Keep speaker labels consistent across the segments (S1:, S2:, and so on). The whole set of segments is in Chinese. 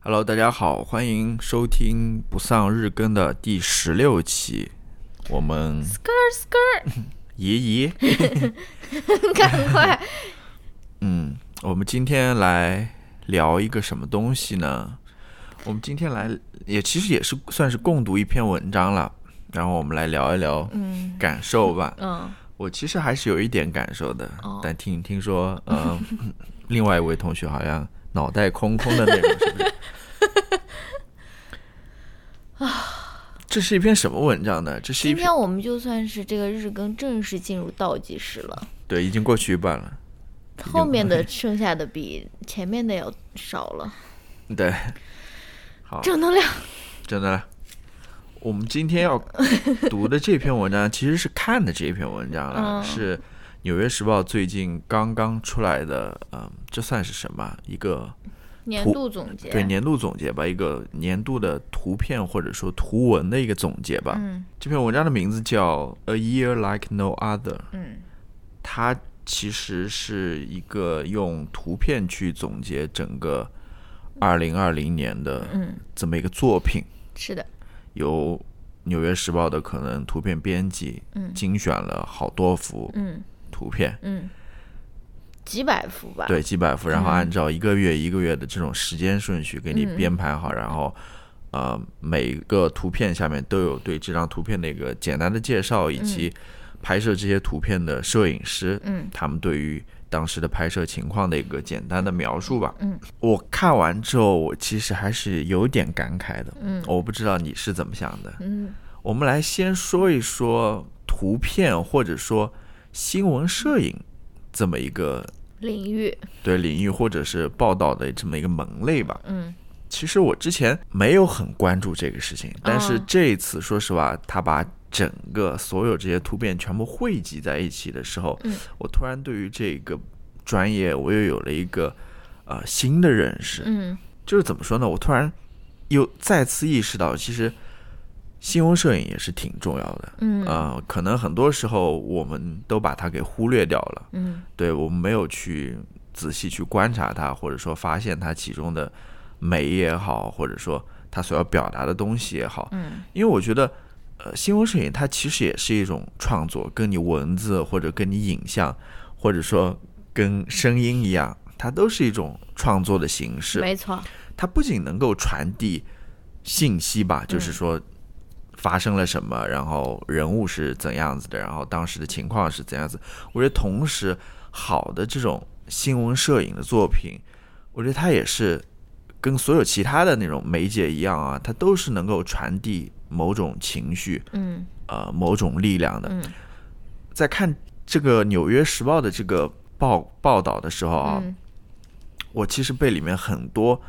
S1: Hello，大家好，欢迎收听不丧日更的第十六期。我们
S2: skr
S1: 姨姨，
S2: skr，赶 快！
S1: 嗯，我们今天来聊一个什么东西呢？我们今天来也其实也是算是共读一篇文章了，然后我们来聊一聊
S2: 嗯
S1: 感受吧。
S2: 嗯，
S1: 我其实还是有一点感受的，
S2: 哦
S1: 但听听说，呃， 另外一位同学好像脑袋空空的那种，是不 是？这是一篇什么文章呢？这是一
S2: 今
S1: 篇
S2: 天我们就算是这个日更正式进入倒计时了，
S1: 对，已经过去一半了。经
S2: 后面的剩下的比前面的要少了，
S1: 对，好，
S2: 正能量。
S1: 真的，我们今天 要读的这篇文章其实是看的这篇文章了，
S2: 嗯
S1: 是《纽约时报》最近刚刚出来的，嗯，这算是什么？一个
S2: 年
S1: 图
S2: 度总结，
S1: 对年度总结吧，一个年度的图片或者说图文的一个总结吧。
S2: 嗯
S1: 这篇文章的名字叫《A Year Like No Other》，
S2: 嗯
S1: 它其实是一个用图片去总结整个二零二零年的
S2: 嗯，
S1: 这么一个作品，
S2: 是的，
S1: 由《纽约时报》的可能图片编辑
S2: 嗯
S1: 精选了好多幅
S2: 嗯
S1: 图片。
S2: 嗯，几百嗯幅吧，
S1: 对，几百幅，然后按照一个月一个月的这种时间顺序给你
S2: 嗯
S1: 编排好，然后呃，每个图片下面都有对这张图片的一个简单的介绍，以及拍摄这些图片的摄影师，
S2: 嗯，
S1: 他们对于当时的拍摄情况的一个简单的描述吧。
S2: 嗯，
S1: 我看完之后，我其实还是有点感慨的。
S2: 嗯
S1: 我不知道你是怎么想的。
S2: 嗯
S1: 我们来先说一说图片或者说新闻摄影这么一个
S2: 领域，
S1: 对领域或者是报道的这么一个门类吧。
S2: 嗯
S1: 其实我之前没有很关注这个事情，但是
S2: 嗯
S1: 这一次说实话，他把整个所有这些图片全部汇集在一起的时候，
S2: 嗯
S1: 我突然对于这个专业我又有了一个呃新的认识。
S2: 嗯
S1: 就是怎么说呢？我突然又再次意识到，其实新闻摄影也是挺重要的。
S2: 嗯
S1: 呃，可能很多时候我们都把它给忽略掉了。
S2: 嗯
S1: 对我们没有去仔细去观察它，或者说发现它其中的美也好，或者说它所要表达的东西也好。
S2: 嗯
S1: 因为我觉得，呃，新闻摄影它其实也是一种创作，跟你文字或者跟你影像，或者说跟声音一样，它都是一种创作的形式。
S2: 没错，
S1: 它不仅能够传递信息吧，就是说发生了什么，然后人物是怎样子的，然后当时的情况是怎样子。我觉得同时，好的这种新闻摄影的作品，我觉得它也是跟所有其他的那种媒介一样啊，它都是能够传递某种情绪，
S2: 嗯
S1: 呃，某种力量的。
S2: 嗯
S1: 在看这个《纽约时报》的这个报报道的时候啊，
S2: 嗯
S1: 我其实被里面很多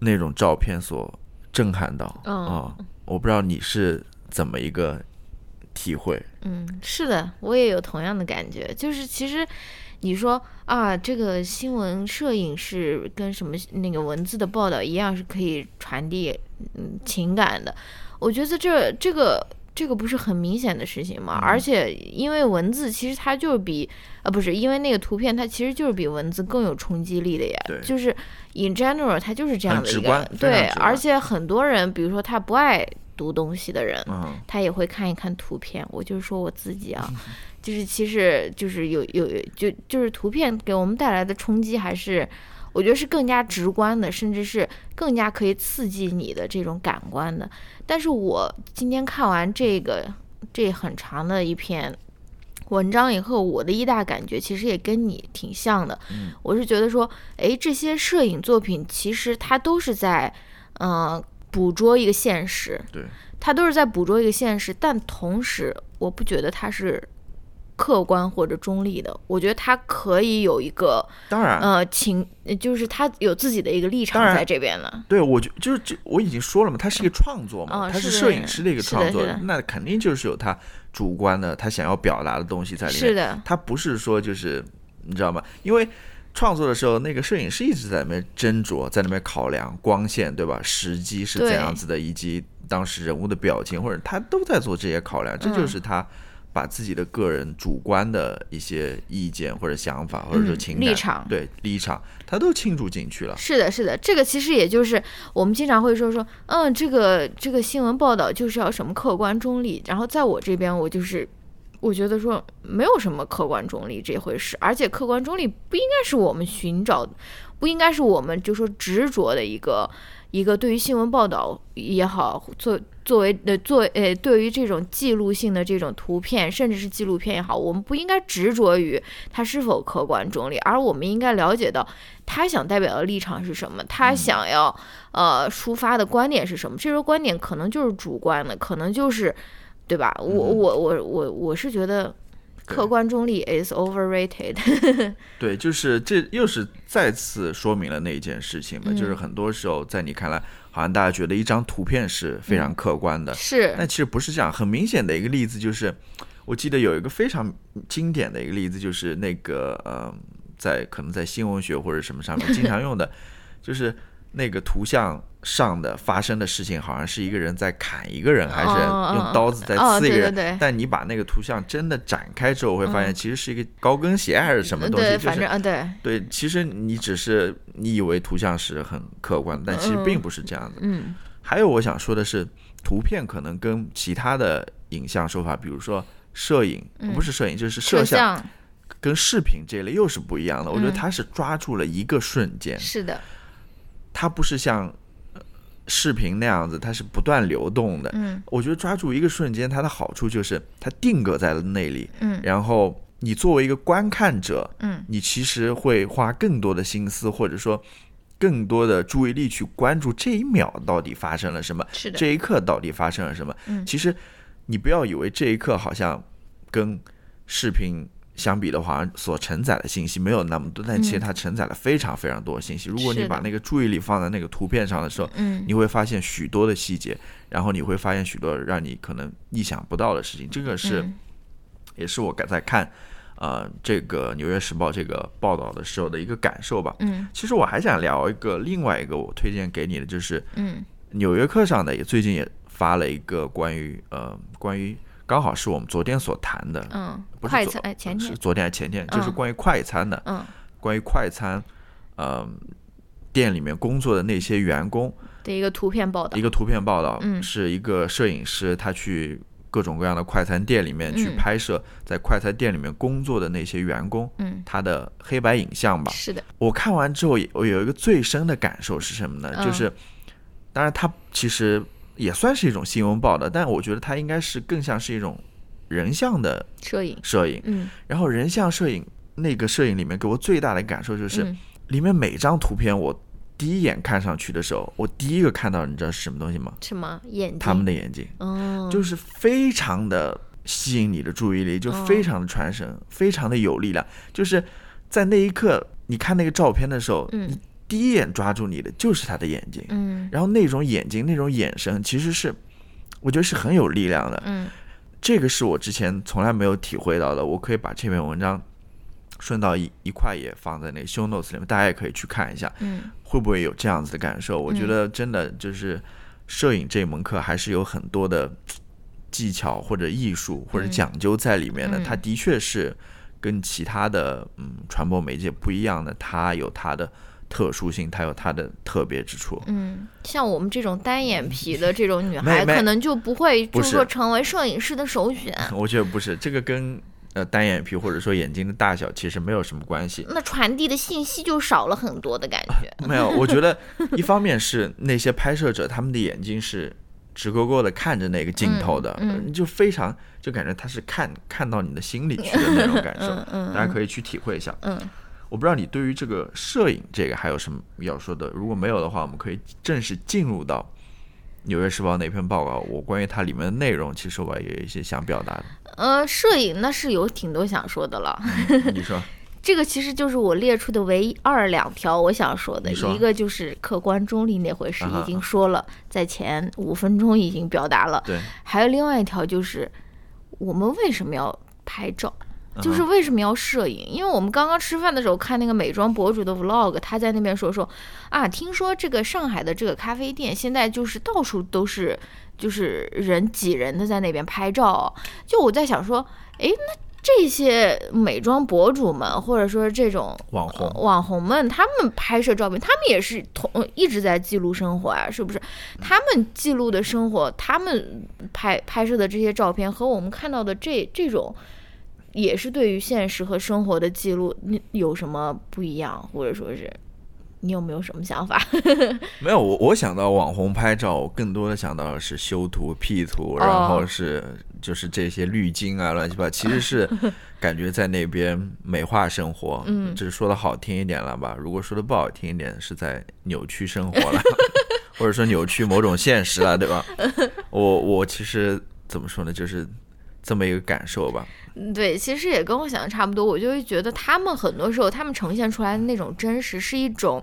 S1: 那种照片所震撼到啊、
S2: 嗯
S1: 我不知道你是怎么一个体会，
S2: 嗯，是的，我也有同样的感觉，就是其实你说啊，这个新闻摄影是跟什么那个文字的报道一样，是可以传递嗯情感的。我觉得这这个这个不是很明显的事情嘛，
S1: 嗯
S2: 而且因为文字其实它就是比啊不是因为那个图片它其实就是比文字更有冲击力的呀
S1: 对，
S2: 就是 in general 它就是这样
S1: 很
S2: 的
S1: 直
S2: 一
S1: 观
S2: 个
S1: 非常
S2: 对
S1: 直，观
S2: 而且很多人比如说他不爱读东西的人，
S1: 嗯
S2: 他也会看一看图片。我就是说我自己啊，就是其实就是有有就就是图片给我们带来的冲击，还是我觉得是更加直观的，甚至是更加可以刺激你的这种感官的。但是我今天看完这个这很长的一篇。文章以后，我的一大感觉其实也跟你挺像的。我是觉得说，诶，这些摄影作品其实它都是在，嗯、捕捉一个现实，
S1: 对，
S2: 它都是在捕捉一个现实，但同时我不觉得它是客观或者中立的，我觉得它可以有一个
S1: 当然，
S2: 呃情，就是它有自己的一个立场
S1: 当然
S2: 在这边了。
S1: 对我就就是这我已经说了嘛，它是一个创作嘛，
S2: 哦
S1: 它
S2: 是的
S1: 摄影师的一个
S2: 是的
S1: 创作，
S2: 是的
S1: 那肯定就是有他主观的他想要表达的东西在里面，
S2: 是的，
S1: 他不是说就是你知道吗？因为创作的时候，那个摄影师一直在那边斟酌，在那边考量光线，对吧？时机是怎
S2: 对嗯
S1: 样子的，以及当时人物的表情，或者他都在做这些考量，这就是他把自己的个人主观的一些意见或者想法，或者说
S2: 嗯
S1: 情
S2: 立
S1: 感、
S2: 场
S1: 对立场，他都倾注进去了。
S2: 是的，是的，这个其实也就是我们经常会说说，嗯，这个这个新闻报道就是要什么客观中立，然后在我这边我就是。我觉得说没有什么客观中立这回事，而且客观中立不应该是我们寻找，不应该是我们就说执着的一个一个对于新闻报道也好，作作为呃作为呃对于这种记录性的这种图片，甚至是纪录片也好，我们不应该执着于它是否客观中立，而我们应该了解到他想代表的立场是什么，
S1: 嗯
S2: 他想要、呃抒发的观点是什么？这个观点可能就是主观的，可能就是对吧？我
S1: 嗯
S2: 我我我我是觉得
S1: 对
S2: 客观中立 is overrated。
S1: 对，就是这又是再次说明了那一件事情嘛，
S2: 嗯
S1: 就是很多时候在你看来，好像大家觉得一张图片是非
S2: 嗯
S1: 常客观的，
S2: 是
S1: 但其实不是这样。很明显的一个例子就是，我记得有一个非常经典的一个例子，就是那个呃，在可能在新闻学或者什么上面经常用的， 就是那个图像上的发生的事情，好像是一个人在砍一个人，还是
S2: 哦
S1: 用刀子在
S2: 哦
S1: 刺一个
S2: 对
S1: 人。
S2: 对对
S1: 但你把那个图像真的展开之后，会发现其实是一个高跟鞋还是什么
S2: 嗯
S1: 东西，
S2: 对，
S1: 就
S2: 反
S1: 是
S2: 正啊对，
S1: 对，其实你只是你以为图像是很客观的，但其实并不是这样的。
S2: 嗯
S1: 还有我想说的是，图片可能跟其他的影像手法，比如说摄影，
S2: 嗯
S1: 不是摄影，就是
S2: 摄
S1: 摄像跟视频这一类又是不一样的。我觉得
S2: 嗯
S1: 它是抓住了一个瞬间，
S2: 是的，
S1: 它不是像呃视频那样子，它是不断流动的。
S2: 嗯
S1: 我觉得抓住一个瞬间，它的好处就是它定格在了那里，
S2: 嗯
S1: 然后你作为一个观看者，
S2: 嗯
S1: 你其实会花更多的心思，或者说更多的注意力去关注这一秒到底发生了什么，
S2: 是的，
S1: 这一刻到底发生了什么。
S2: 嗯
S1: 其实你不要以为这一刻好像跟视频相比的话，所承载的信息没有那么多，但其实
S2: 嗯
S1: 它承载了非常非常多的信息。如果你
S2: 是
S1: 把
S2: 的
S1: 那个注意力放在那个图片上的时候，
S2: 嗯
S1: 你会发现许多的细节，然后你会发现许多让你可能意想不到的事情。这个是。
S2: 嗯
S1: 也是我在看呃这个《纽约时报》这个报道的时候的一个感受吧。
S2: 嗯
S1: 其实我还想聊一个另外一个我推荐给你的，就是《
S2: 嗯
S1: 纽约客》上的也最近也发了一个关于呃关于刚好是我们昨天所谈的，
S2: 嗯，
S1: 不是
S2: 快
S1: 昨
S2: 餐哎前
S1: 是
S2: 天
S1: 昨天还是前天，就是
S2: 嗯
S1: 关于快餐的，
S2: 嗯
S1: 关于快餐，呃店里面工作的那些员工，
S2: 的一个图片报道
S1: 一，个图片报道，
S2: 嗯
S1: 是一个摄影师他去各种各样的快餐店里面去
S2: 嗯
S1: 拍摄，在快餐店里面工作的那些员工，
S2: 嗯
S1: 他的黑白影像吧。
S2: 是的，
S1: 我看完之后，我有一个最深的感受是什么呢？
S2: 嗯
S1: 就是，当然它其实也算是一种新闻报道，但我觉得它应该是更像是一种人像的
S2: 摄影，
S1: 摄影。
S2: 嗯
S1: 然后人像摄影那个摄影里面给我最大的感受就是，
S2: 嗯
S1: 里面每张图片我第一眼看上去的时候，我第一个看到你知道是什么东西吗？
S2: 什么眼睛
S1: 他们的眼睛，
S2: 哦
S1: 就是非常的吸引你的注意
S2: 嗯
S1: 力，就非常的传神，非常的有力量。就是在那一刻，你看那个照片的时候，
S2: 嗯
S1: 你第一眼抓住你的就是他的眼睛，
S2: 嗯
S1: 然后那种眼睛、那种眼神，其实是我觉得是很有力量的。
S2: 嗯
S1: 这个是我之前从来没有体会到的。我可以把这篇文章顺道一一块也放在那个 show notes 里面，大家也可以去看一下。
S2: 嗯
S1: 会不会有这样子的感受？我觉
S2: 嗯
S1: 得真的就是摄影这门课还是有很多的技巧或者艺术或者
S2: 嗯
S1: 讲究在里面的。
S2: 嗯
S1: 它的确是跟其他的嗯传播媒介不一样的，它有它的特殊性，它有它的特别之处。
S2: 嗯，像我们这种单眼皮的这种女
S1: 没
S2: 孩，
S1: 没
S2: 可能就不会
S1: 不
S2: 就是说成为摄影师的首选。
S1: 我觉得不是这个跟呃单眼皮或者说眼睛的大小其实没有什么关系。
S2: 那传递的信息就少了很多的感 觉。
S1: 没有，我觉得一方面是那些拍摄者他们的眼睛是直勾勾的看着那个镜头的，
S2: 嗯嗯
S1: 你就非常就感觉他是看看到你的心里去的那种感受，
S2: 嗯嗯
S1: 大家可以去体会一下。
S2: 嗯
S1: 我不知道你对于这个摄影这个还有什么要说的，如果没有的话，我们可以正式进入到。《纽约时报》那篇报告，我关于它里面的内容，其实我也有一些想表达
S2: 呃，摄影那是有挺多想说的了，
S1: 的。你说，
S2: 这个其实就是我列出的唯二两条我想说的，
S1: 你说
S2: 一个就是客观中立那回事
S1: 啊哈
S2: 已经说了，在前五分钟已经表达了，
S1: 对，
S2: 还有另外一条就是我们为什么要拍照？
S1: 嗯
S2: 就是为什么要摄影？因为我们刚刚吃饭的时候看那个美妆博主的 vlog，他在那边说说，啊，听说这个上海的这个咖啡店现在就是到处都是，就是人挤人的在那边拍照。就我在想说，诶，那这些美妆博主们，或者说这种
S1: 网红
S2: 呃网红们，他们拍摄照片，他们也是同呃一直在记录生活啊，是不是？
S1: 嗯
S2: 他们记录的生活，他们拍拍摄的这些照片和我们看到的这这种，也是对于现实和生活的记录，你有什么不一样，或者说是你有没有什么想法？
S1: 没有，我我想到网红拍照，我更多的想到的是修图、P 图，然后是就是这些滤镜啊、乱七八，其实是感觉在那边美化生活。嗯，这是说的好听一点了吧？如果说的不好听一点，是在扭曲生活了， 或者说扭曲某种现实了，对吧？我我其实怎么说呢，就是这么一个感受吧。
S2: 嗯对，其实也跟我想的差不多，我就会觉得他们很多时候他们呈现出来的那种真实是一种。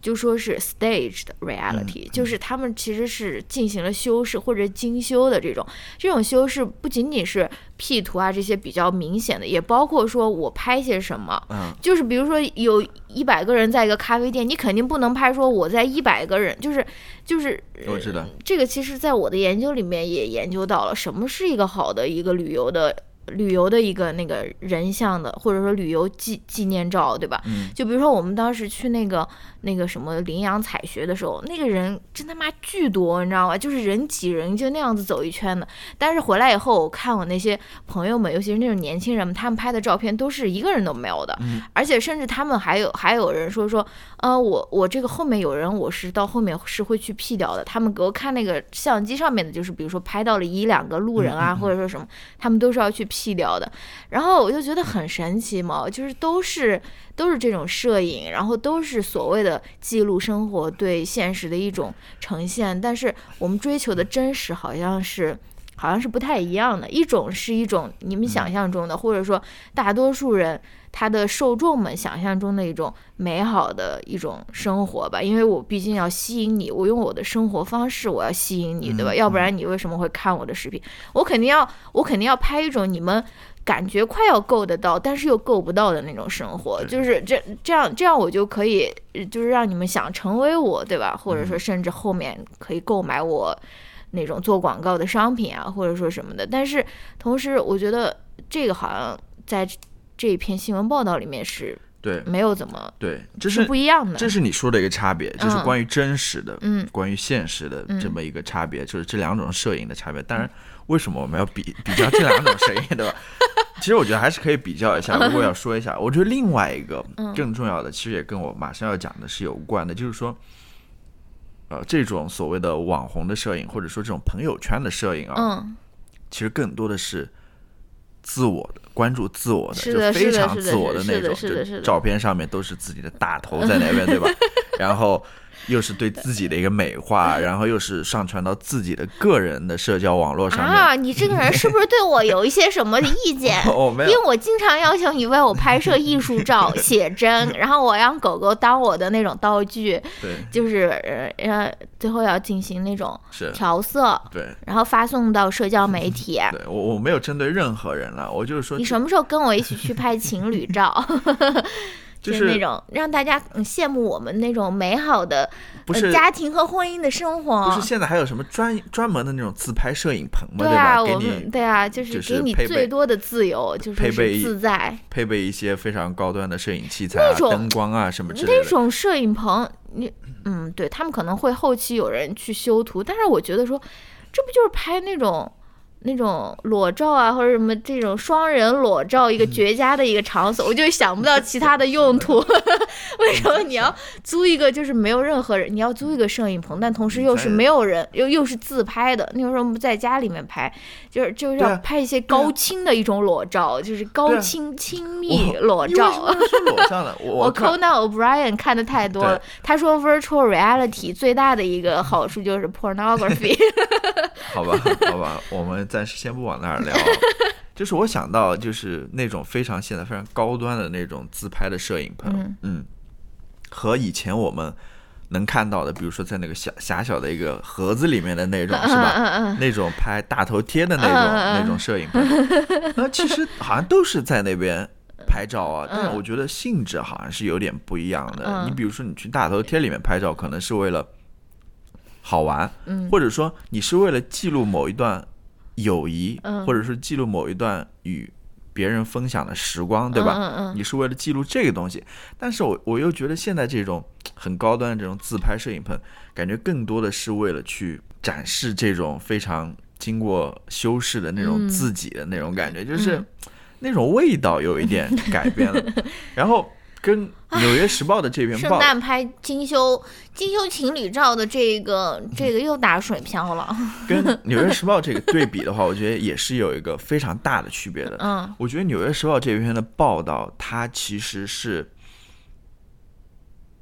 S2: 就说是 staged reality，、就是他们其实是进行了修饰或者精修的这种，这种修饰不仅仅是 P 图啊这些比较明显的，也包括说我拍些什么，
S1: 嗯
S2: 就是比如说有一百个人在一个咖啡店，你肯定不能拍说我在一百个人，就是就是
S1: 我知道，
S2: 这个其实在我的研究里面也研究到了，什么是一个好的一个旅游的旅游的一个那个人像的，或者说旅游纪纪念照，对吧？
S1: 嗯
S2: 就比如说我们当时去那个那个什么羚羊采学的时候，那个人真他妈巨多，你知道吗？就是人挤人，就那样子走一圈的。但是回来以后，我看我那些朋友们，尤其是那种年轻人们，他们拍的照片都是一个人都没有的，
S1: 嗯
S2: 而且甚至他们还有还有人说说，呃，我我这个后面有人，我是到后面是会去 P 掉的。他们给我看那个相机上面的，就是比如说拍到了一两个路人啊，或者说什么，他们都是要去 P 掉的。然后我就觉得很神奇嘛，就是都是都是这种摄影，然后都是所谓的记录生活对现实的一种呈现，但是我们追求的真实好像是。好像是不太一样的，一种是一种你们想象中的，
S1: 嗯
S2: 或者说大多数人他的受众们想象中的一种美好的一种生活吧。因为我毕竟要吸引你，我用我的生活方式我要吸引你，对吧？
S1: 嗯
S2: 要不然你为什么会看我的视频？我肯定要，我肯定要拍一种你们感觉快要够得到，但是又够不到的那种生活，就是这这样这样我就可以，呃就是让你们想成为我，对吧？或者
S1: 嗯
S2: 说甚至后面可以购买我那种做广告的商品啊，或者说什么的。但是同时，我觉得这个好像在这这一篇新闻报道里面是
S1: 对
S2: 没有怎么
S1: 对，这
S2: 是
S1: 是
S2: 不一样的
S1: 这。是你说的一个差别，就是
S2: 嗯
S1: 关于真实的，
S2: 嗯，
S1: 关于现实的
S2: 嗯
S1: 这么一个差别，就是这两种摄影的差别。当然，为什么我们要比比较这两种摄影， 对吧？其实我觉得还是可以比较一下。如果要说一下，我觉得另外一个
S2: 嗯
S1: 更重要的，其实也跟我马上要讲的是有关的，就是说，呃，这种所谓的网红的摄影，或者说这种朋友圈的摄影啊，
S2: 嗯，
S1: 其实更多的是自我的关注自我的，
S2: 是
S1: 就
S2: 的
S1: 非
S2: 是的
S1: 常
S2: 是的
S1: 自我
S2: 是
S1: 那
S2: 的
S1: 种，
S2: 是的是
S1: 就
S2: 的
S1: 照片上面都是自己的大头在那边，对 吧？然后又是对自己的一个美化，然后又是上传到自己的个人的社交网络上面。
S2: 啊，你这个人是不是对我有一些什么意见？
S1: 哦， 没
S2: 因为
S1: 有，
S2: 我经常要求你为我拍摄艺 术照、写真，然后我让狗狗当我的那种道具，
S1: 对，
S2: 就是呃呃，最后要进行那种
S1: 是，
S2: 调色，
S1: 对，
S2: 然后发送到社交媒体。
S1: 对我我没有针对任何人了，我就是说
S2: 你
S1: 这，
S2: 什么时候跟我一起去拍情侣照？
S1: 就
S2: 就是那
S1: 是
S2: 种让大家嗯羡慕我们那种美好的
S1: 不
S2: 呃
S1: 是
S2: 家庭和婚姻的生
S1: 不
S2: 活
S1: 是。现在还有什么专专门的那种自拍摄影棚嘛，
S2: 对啊，
S1: 吧？给
S2: 我
S1: 你
S2: 们对啊，就是
S1: 就是
S2: 给你
S1: 配备
S2: 最多的自由，就
S1: 配
S2: 是
S1: 备
S2: 是自在。
S1: 配备一些非常高端的摄影器材啊、
S2: 那种
S1: 灯光啊什么之类
S2: 那
S1: 的。
S2: 种摄影棚，你嗯，对他们可能会后期有人去修图，但是我觉得说，这不就是拍那种那种裸照啊，或者什么这种双人裸照
S1: 嗯
S2: 一个绝佳的一个场所，我就想不到其他的 用途。 为什么你要租一个就是没有任何人，你要租一个摄影棚，但同时又是没有人，又又是自拍的，你为什么不在家里面拍？就是就是
S1: 对
S2: 要
S1: 啊
S2: 拍一些高清的一种裸照，就是
S1: 对
S2: 高
S1: 啊
S2: 清亲密
S1: 我
S2: 裸
S1: 你为
S2: 照。
S1: 什么要说裸照呢？ 我
S2: 我
S1: 看
S2: Conan O'Brien 看的太多了
S1: 对，
S2: 他说 virtual reality 最大的一个好处就是 pornography，
S1: 好 吧，好吧，我们暂时先不往那儿聊。啊 就是我想到，就是那种非常现在非嗯常高端的那种自拍的摄影棚，嗯和以前我们能看到的，比如说在那个小狭小的一个盒子里面的那种，
S2: 嗯
S1: 是吧？
S2: 嗯 嗯
S1: 那种拍大头贴的那
S2: 嗯嗯嗯
S1: 种那种摄影拍 照，那其实好像都是在那边拍照啊，但是我觉得性质好像是有点不一样的。
S2: 嗯
S1: 你比如说，你去大头贴里面拍照，可能是为了好玩，
S2: 嗯
S1: 或者说你是为了记录某一段友谊，
S2: 嗯
S1: 或者是记录某一段与别人分享的时光，
S2: 嗯，
S1: 对吧？
S2: 嗯嗯
S1: 你是为了记录这个东西，但是我我又觉得现在这种很高端的这种自拍摄影棚，感觉更多的是为了去展示这种非常经过修饰的那种
S2: 嗯
S1: 自己的那种感觉，就是
S2: 嗯
S1: 那种味道有一点改变 了。然后跟《纽约时报》的这
S2: 嗯，
S1: 篇
S2: 圣
S1: 报，
S2: 诞拍金修金修情侣照的这个这个又打水漂了，
S1: 跟《纽约时报》这个对比的话，我觉得也是有一个非常大的区别的。
S2: 嗯
S1: 我觉得《纽约时报》这篇的报道，它其实是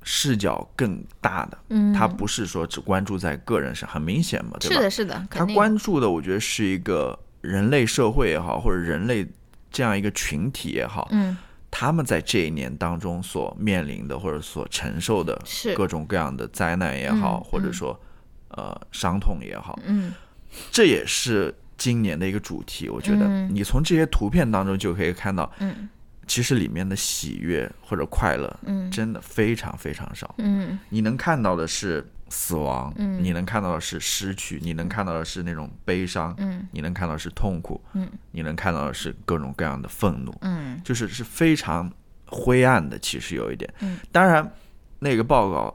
S1: 视角更大的，
S2: 嗯，
S1: 它不是说只关注在个人上，很明显嘛，对
S2: 是
S1: 吧？
S2: 的，是的，
S1: 它
S2: 肯定
S1: 关注的，我觉得是一个人类社会也好，或者人类这样一个群体也好，
S2: 嗯
S1: 他们在这一年当中所面临的或者所承受的
S2: 是
S1: 各种各样的灾难也好，
S2: 嗯
S1: 或者
S2: 嗯
S1: 说呃伤痛也好，
S2: 嗯
S1: 这也是今年的一个主题。我觉得
S2: 嗯
S1: 你从这些图片当中就可以看到，
S2: 嗯
S1: 其实里面的喜悦或者快乐
S2: 嗯
S1: 真的非常非常少。
S2: 嗯
S1: 你能看到的是死亡，
S2: 嗯
S1: 你能看到的是失去，你能看到的是那种悲伤，
S2: 嗯
S1: 你能看到的是痛苦，
S2: 嗯
S1: 你能看到的是各种各样的愤怒，
S2: 嗯
S1: 就是是非常灰暗的。其实有一点，
S2: 嗯
S1: 当然那个报告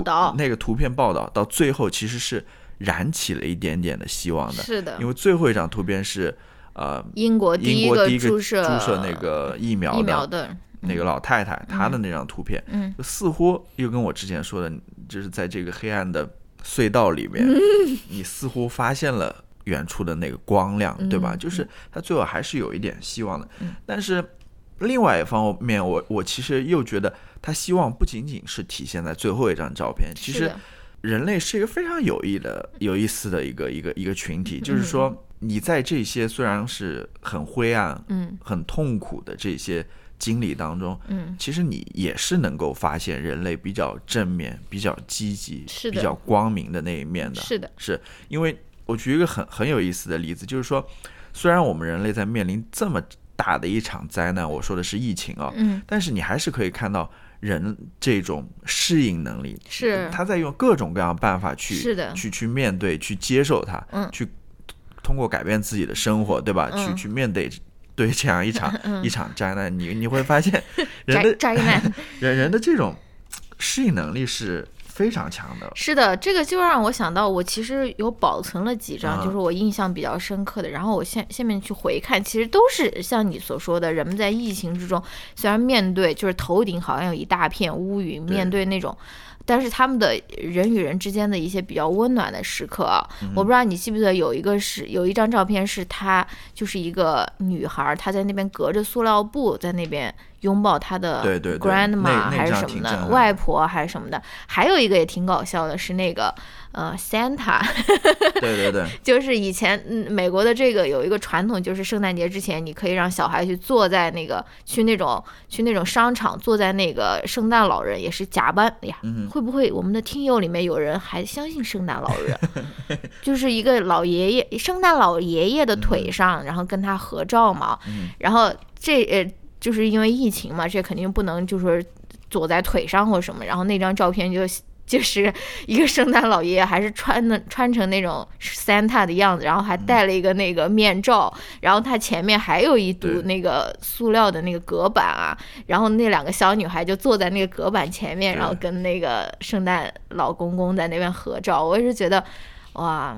S1: 图
S2: 道
S1: 那个图片报道到最后其实是燃起了一点点的希望的，
S2: 是的
S1: 因，为最后一张图片是呃
S2: 英国第
S1: 英国第一个
S2: 注
S1: 注射那个疫苗
S2: 疫
S1: 的
S2: 苗的，
S1: 那个老太太、她的那张图片，
S2: 嗯
S1: 就似乎又跟我之前说的，就是在这个黑暗的隧道里面，
S2: 嗯
S1: 你似乎发现了远处的那个光亮，对吧？
S2: 嗯
S1: 就是它最后还是有一点希望的。
S2: 嗯
S1: 但是另外一方面，我我其实又觉得，它希望不仅仅是体现在最后一张照片，其
S2: 是
S1: 实
S2: 的
S1: 人类是一个非常有益的、有意思的一个一个一个群
S2: 嗯
S1: 体，就是说。你在这些虽然是很灰暗、
S2: 嗯
S1: 很痛苦的这些经历当中，
S2: 嗯
S1: 其实你也是能够发现人类比较正面、比较积极、
S2: 是的
S1: 比较光明的那一面的。
S2: 是的，
S1: 是因为我举一个很很有意思的例子，就是说，虽然我们人类在面临这么大的一场灾难，我说的是疫情啊、
S2: 嗯
S1: 但是你还是可以看到人这种适应能力，
S2: 是
S1: 他在用各种各样的办法去
S2: 是的
S1: 去去面对、去接受它，
S2: 嗯
S1: 去通过改变自己的生活，对吧？
S2: 嗯
S1: 去去面对对这样一 场、一场灾难，你你会发现人
S2: 宅
S1: 的
S2: 宅男。
S1: 人人的这种适应能力是非常强 的。
S2: 是的，这个就让我想到，我其实有保存了几张，
S1: 啊
S2: 就是我印象比较深刻的。然后我现下面去回看，其实都是像你所说的，人们在疫情之中，虽然面对就是头顶好像有一大片乌云，
S1: 对
S2: 面对那种。但是他们的人与人之间的一些比较温暖的时刻啊，
S1: 嗯
S2: 我不知道你记不记得有一个是有一张照片，是她就是一个女孩，她在那边隔着塑料布在那边拥抱她的
S1: 对对对
S2: grandma
S1: 那那
S2: 还是
S1: 张
S2: 什么
S1: 挺震
S2: 的
S1: 撼
S2: 外婆还是什么的，还有一个也挺搞笑的，是那个呃 Santa，
S1: 对对对，
S2: 就是以前嗯美国的这个有一个传统，就是圣诞节之前你可以让小孩去坐在那个去那种去那种商场坐在那个圣诞老人也是假扮哎呀，会不会我们的听友里面有人还相信圣诞老人？啊就是一个老爷爷，圣诞老爷爷的腿上，然后跟他合照嘛，然后这呃就是因为疫情嘛，这肯定不能就是躲在腿上或什么，然后那张照片就。就是一个圣诞老爷爷，还是穿的穿成那种 Santa 的样子，然后还戴了一个那个面罩，然后他前面还有一堵
S1: 对
S2: 那个塑料的那个隔板啊，然后那两个小女孩就坐在那个隔板前面，
S1: 对
S2: 然后跟那个圣诞老公公在那边合照。我也是觉得，哇，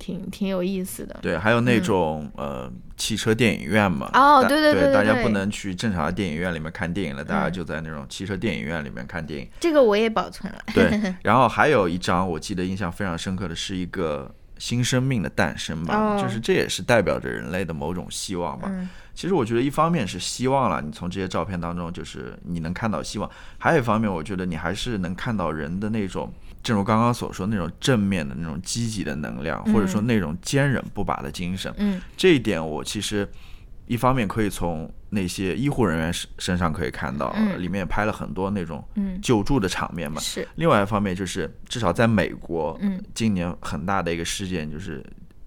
S2: 挺挺有意思的。
S1: 对，还有那种、呃汽车电影院嘛。
S2: 嗯哦
S1: 大
S2: 对对对对
S1: 大家
S2: 对
S1: 不能去正常的电影院里面看电影了，大家
S2: 嗯
S1: 就在那种汽车电影院里面看电影。
S2: 这个我也保存了。
S1: 对，然后还有一张我记得印象非常深刻的是一个新生命的诞生吧，
S2: 哦
S1: 就是这也是代表着人类的某种希望吧。
S2: 嗯
S1: 其实我觉得一方面是希望啊了，你从这些照片当中就是你能看到希望；还有一方面，我觉得你还是能看到人的那种，正如刚刚所说那种正面的那种积极的能量，或者说那种坚韧不拔的精神。
S2: 嗯
S1: 这一点我其实一方面可以从那些医护人员身身上可以看到，
S2: 嗯
S1: 里面拍了很多那种
S2: 嗯
S1: 救助的场面嘛。
S2: 是，
S1: 另外一方面就是，至少在美国，
S2: 嗯，
S1: 今年很大的一个事件就是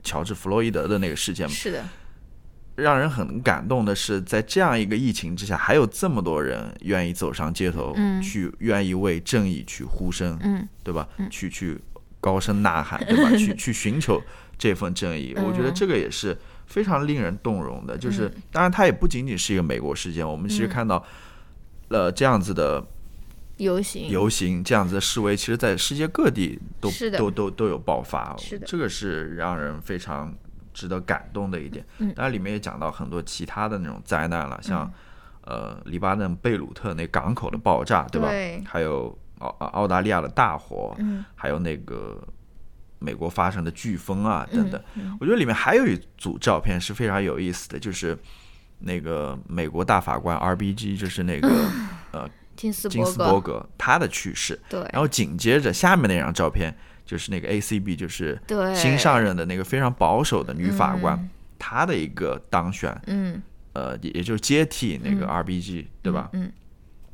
S1: 乔治·弗洛伊德的那个事件嘛。
S2: 是的，
S1: 让人很感动的是，在这样一个疫情之下，还有这么多人愿意走上街头，
S2: 嗯
S1: 去愿意为正义去呼声，
S2: 嗯
S1: 对吧？去去高声呐喊，对吧？ 去去寻求这份正义，我觉得
S2: 嗯
S1: 这个也是非常令人动容的。就是，当然，它也不仅仅是一个美国事件，我们其
S2: 嗯
S1: 实看到，呃，这样子的
S2: 游行
S1: 游行、这样子的示威，其实在世界各地都
S2: 嗯是的
S1: 都都都有爆发，
S2: 是的
S1: 这个是让人非常值得感动的一点。
S2: 嗯
S1: 当然，里面也讲到很多其他的那种灾难了，像呃黎巴嫩贝鲁特那港口的爆炸，对吧？
S2: 对
S1: 还有澳澳大利亚的大火，
S2: 嗯
S1: 还有那个美国发生的飓风啊
S2: 嗯
S1: 等等。我觉得里面还有一组照片是非常有意思的，就是那个美国大法官 R.B.G. 就是那 个呃
S2: 金斯
S1: 金
S2: 伯
S1: 斯
S2: 格，
S1: 伯格他的去世，
S2: 对
S1: 然后紧接着下面那张照片就是那个 A.C.B. 就是
S2: 对，
S1: 新上任的那个非常保守的女法官，
S2: 嗯
S1: 她的一个当选，
S2: 嗯
S1: 呃，也也就是接替那个 R.B.G. 对吧？
S2: 嗯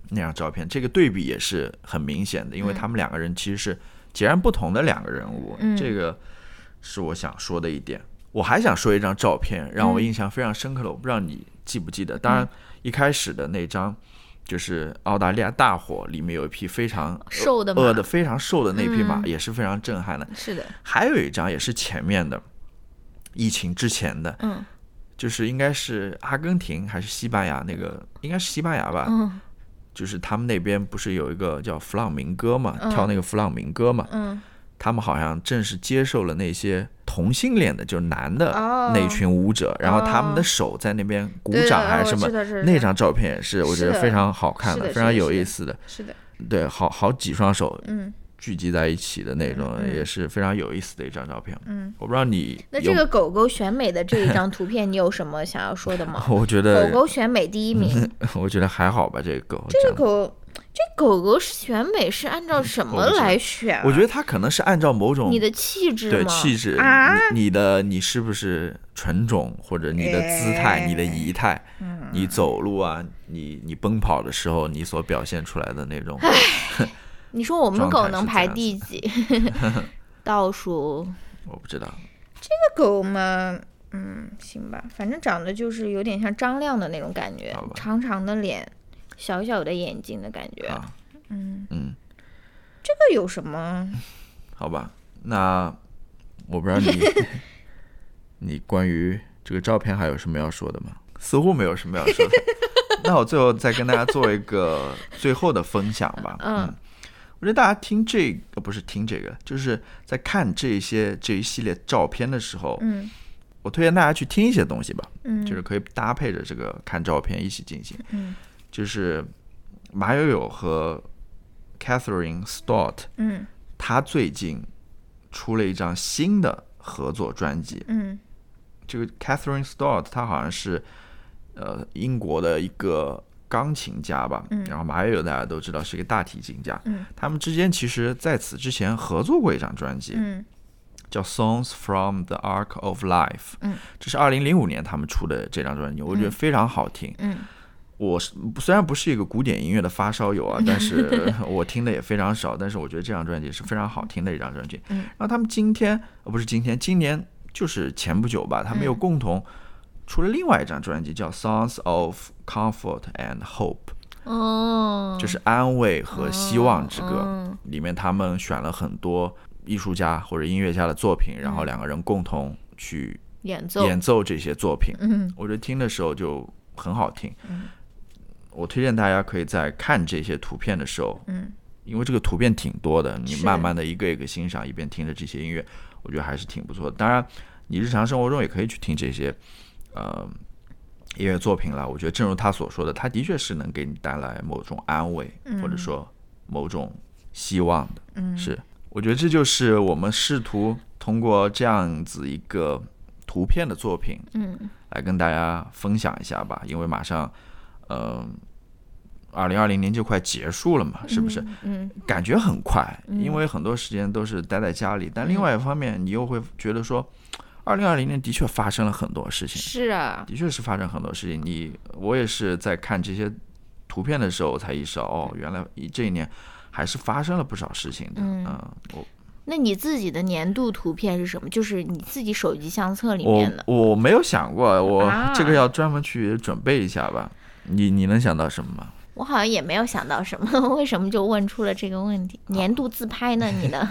S1: 那张照片，这个对比也是很明显的，因为他们两个人其实是截然不同的两个人物，
S2: 嗯
S1: 这个是我想说的一点。我还想说一张照片，让我印象非常深刻的，我不知道你记不
S2: 嗯
S1: 记得。当然，一开始的那张就是澳大利亚大火，里面有一匹非常
S2: 瘦的嘛嗯
S1: 饿的非常瘦的那匹马，也是非常震撼的。
S2: 是的，
S1: 还有一张也是前面的，疫情之前的，
S2: 嗯
S1: 就是应该是阿根廷还是西班牙那个，应该是西班牙吧，
S2: 嗯
S1: 就是他们那边不是有一个叫弗朗明哥嘛，
S2: 嗯
S1: 跳那个弗朗明哥嘛，
S2: 嗯
S1: 他们好像正式接受了那些同性恋的，就是男的
S2: 哦
S1: 那群舞者，然后他们的手在那边鼓
S2: 对
S1: 掌
S2: 的
S1: 还
S2: 我
S1: 是什么
S2: 知道知道，
S1: 那张照片也是我觉
S2: 是
S1: 得
S2: 的
S1: 非常好看
S2: 是的
S1: 非常
S2: 是的
S1: 有
S2: 是的
S1: 意思的，
S2: 是的，
S1: 对，好好几双手
S2: 嗯。
S1: 聚集在一起的那种，也是非常有意思的一张照片。嗯，我不知道你
S2: 那
S1: 有？
S2: 这个狗狗选美的这一张图片，你有什么想要说的吗
S1: 我觉
S2: 狗
S1: 得
S2: 狗选美第一名，
S1: 我觉得还好吧，这个狗
S2: 这
S1: 这嗯
S2: 个狗，这狗狗是选美是按照什么
S1: 我不知道
S2: 来选啊？
S1: 我觉得它可能是按照某种
S2: 你的气质
S1: 对
S2: 吗？
S1: 气质，
S2: 啊，
S1: 你你的你是不是纯种，或者你的姿态、
S2: 哎
S1: 你的仪态，你走路啊，你你奔跑的时候，你所表现出来的那
S2: 哎
S1: 种，
S2: 你说我们
S1: 状态
S2: 狗
S1: 是
S2: 能
S1: 怎
S2: 排
S1: 样
S2: 第几？ 倒 数
S1: 我不知道。
S2: 这狗嘛，嗯，行吧，反正长得就是有点像张亮的那种感觉
S1: 好吧，
S2: 长长的脸，小小的眼睛的感觉。
S1: 啊
S2: 嗯
S1: 嗯，
S2: 这个有什么？
S1: 好吧，那我不知道 你你关于这个照片还有什么要说的吗？似乎没有什么要 说的。那我最后再跟大家做一个最后的分享吧。
S2: 嗯，
S1: 我觉得大家听这个呃不是听这个，就是在看这些这一系列照片的时候，
S2: 嗯
S1: 我推荐大家去听一些东西吧，
S2: 嗯，
S1: 就是可以搭配着这个看照片一起进行。
S2: 嗯
S1: 就是马友友和 Catherine Stott
S2: 嗯
S1: 他最近出了一张新的合作专辑。
S2: 嗯
S1: 这个 Catherine Stott，她好像是呃英国的一个钢琴家吧，然后马友友大家都知道是一个大提琴家，
S2: 嗯
S1: 他们之间其实在此之前合作过一张专辑，
S2: 嗯
S1: 叫《Songs from the Ark of Life》，
S2: 嗯，
S1: 这是二零零五年他们出的这张专辑，我觉得非常好听，
S2: 嗯
S1: 我是虽然不是一个古典音乐的发烧友啊， 但是我听的也非常少，但是我觉得这张专辑是非常好听的一张专辑。
S2: 嗯
S1: 然后他们今天呃不是今天，今年就是前不久吧，他们又共同出了另外一张专辑，叫《Songs of Comfort and Hope》，
S2: 哦，
S1: 就是安慰和希望之歌。
S2: 嗯
S1: 里面他们选了很多艺术家或者音乐家的作品，然后两个人共同去
S2: 演奏，
S1: 演奏这些作品。
S2: 嗯
S1: 我觉得听的时候就很好听。我推荐大家可以在看这些图片的时候，
S2: 嗯，
S1: 因为这个图片挺多的，你
S2: 是
S1: 慢慢的一个一个欣赏，一边听着这些音乐，我觉得还是挺不错的。当然，你日常生活中也可以去听这些，呃。音乐作品啦，我觉得正如他所说的，他的确是能给你带来某种安慰，或者说某种希望的。
S2: 嗯
S1: 是，我觉得这就是我们试图通过这样子一个图片的作品，
S2: 嗯
S1: 来跟大家分享一下吧，因为马上，嗯、2二零二零年就快结束了嘛，是不是？
S2: 嗯
S1: 感觉
S2: 嗯
S1: 很快，因为很多时间都是待在家里，但另外一方面，你又会觉得说，二零二零年的确发生了很多事情，
S2: 是啊，
S1: 的确是发生很多事情。你我也是在看这些图片的时候才意识到，哦，原来一这一年还是发生了不少事情的。
S2: 嗯
S1: 嗯，我
S2: 那你自己的年度图片是什么？就是你自己手机相册里面
S1: 我
S2: 的。
S1: 我没有想过，我
S2: 啊
S1: 这个要专门去准备一下吧。你你能想到什么吗？
S2: 我好像也没有想到什么， 为什么就问出了这个问题？年度自拍呢？你 呢？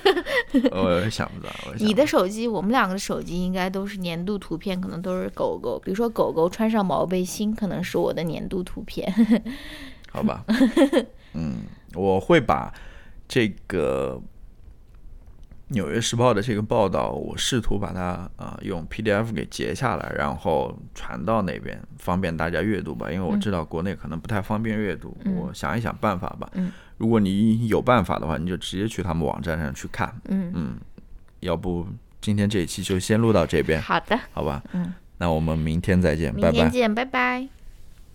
S1: 我想不到。我想不到
S2: 你的手机，我们两个的手机应该都是年度图片，可能都是狗狗。比如说狗狗穿上毛背心，可能是我的年度图片。
S1: 好吧，嗯，我会把这个《纽约时报》的这个报道，我试图把它啊、呃用 PDF 给截下来，然后传到那边，方便大家阅读
S2: 嗯
S1: 吧。因为我知道国内可能不太方便阅读，我想一想办法吧。
S2: 嗯
S1: 如果你有办法的话，你就直接去他们网站上去看。
S2: 嗯，
S1: 要不今天这一期就先录到这边，
S2: 好的，
S1: 好吧？
S2: 嗯，
S1: 那我们明天再见，
S2: 明
S1: 哎拜拜
S2: 天。见，拜拜